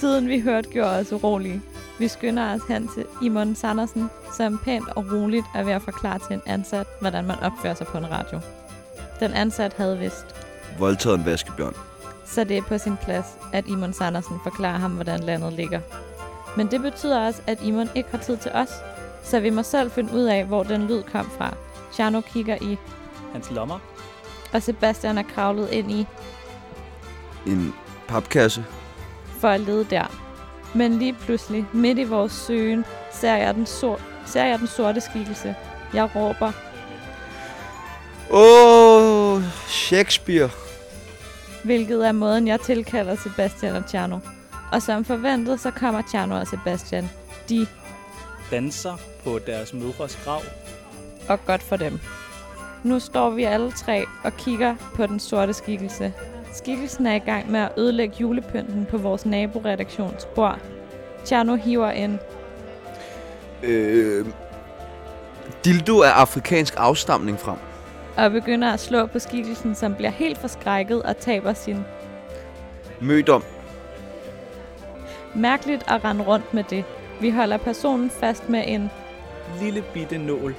Tiden vi hørte gjorde os urolige. Vi skynder os hen til Imon Sandersen, som pænt og roligt er ved at forklare til en ansat, hvordan man opfører sig på en radio. Den ansat havde vidst, voldtaget en vaskebjørn. så det er på sin plads, at Imon Sandersen forklarer ham, hvordan landet ligger. Men det betyder også, at Imon ikke har tid til os, så vi må selv finde ud af, hvor den lyd kom fra. Tjerno kigger i, Hans lommer. og Sebastian er kravlet ind i, En papkasse. for at lede der. Men lige pludselig, midt i vores søgen, ser jeg den, sor- ser jeg den sorte skikkelse. Jeg råber, Åh, oh, Shakespeare. hvilket er måden, jeg tilkalder Sebastian og Tjerno. Og som forventet, så kommer Tjerno og Sebastian. De, Danser på deres mødres grav. og godt for dem. Nu står vi alle tre og kigger på den sorte skikkelse. Skikkelsen er i gang med at ødelægge julepynten på vores naboredaktions bord. Tjerno hiver en Øh, dildo af afrikansk afstamning frem. og begynder at slå på skikkelsen, som bliver helt forskrækket og taber sin Mødom. mærkeligt at rende rundt med det. Vi holder personen fast med en, Lille bitte nål.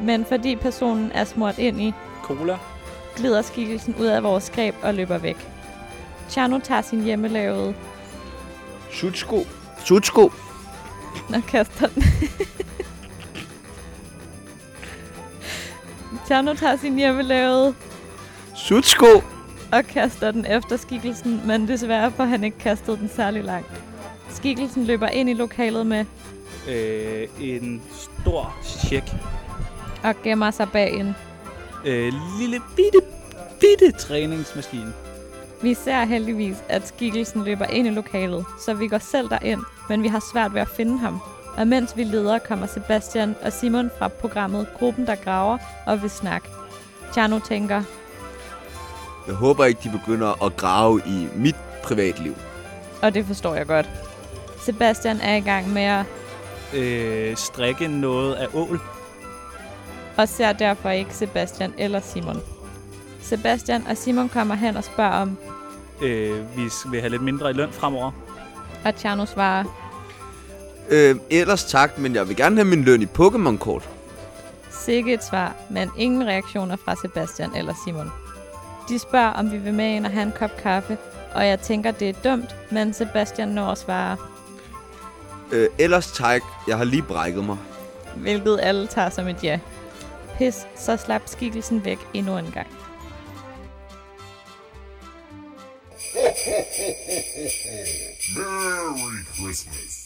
men fordi personen er smurt ind i, Cola. glider skikkelsen ud af vores greb og løber væk. Tjerno tager sin hjemmelavede Sutsko. Sutsko. og kaster den. Tjerno tager sin hjemmelavede Sutsko. og kaster den efter skikkelsen, men desværre får han ikke kastet den særlig langt. Skikkelsen løber ind i lokalet med Øh, en stor tjek. og gemmer sig bag en. Øh, lille bitte, bitte træningsmaskine. Vi ser heldigvis, at skikkelsen løber ind i lokalet, så vi går selv derind, men vi har svært ved at finde ham. Og mens vi leder, kommer Sebastian og Simon fra programmet Gruppen, der graver og vil snakke. Tjerno tænker, Jeg håber ikke, de begynder at grave i mit privatliv. og det forstår jeg godt. Sebastian er i gang med at, Øh, strikke noget af ål. og ser derfor ikke Sebastian eller Simon. Sebastian og Simon kommer hen og spørger om, Øh, vi s- vil have lidt mindre i løn fremover. og Tjerno svarer, Øh, ellers tak, men jeg vil gerne have min løn i Pokémon-kort. Sikke et svar, men ingen reaktioner fra Sebastian eller Simon. De spørger, om vi vil med ind og have en kop kaffe, og jeg tænker, det er dumt, men Sebastian når at svare, Øh, ellers tak, jeg har lige brækket mig. hvilket alle tager som et ja. Pis, så slap skikkelsen væk endnu en gang. Merry Christmas.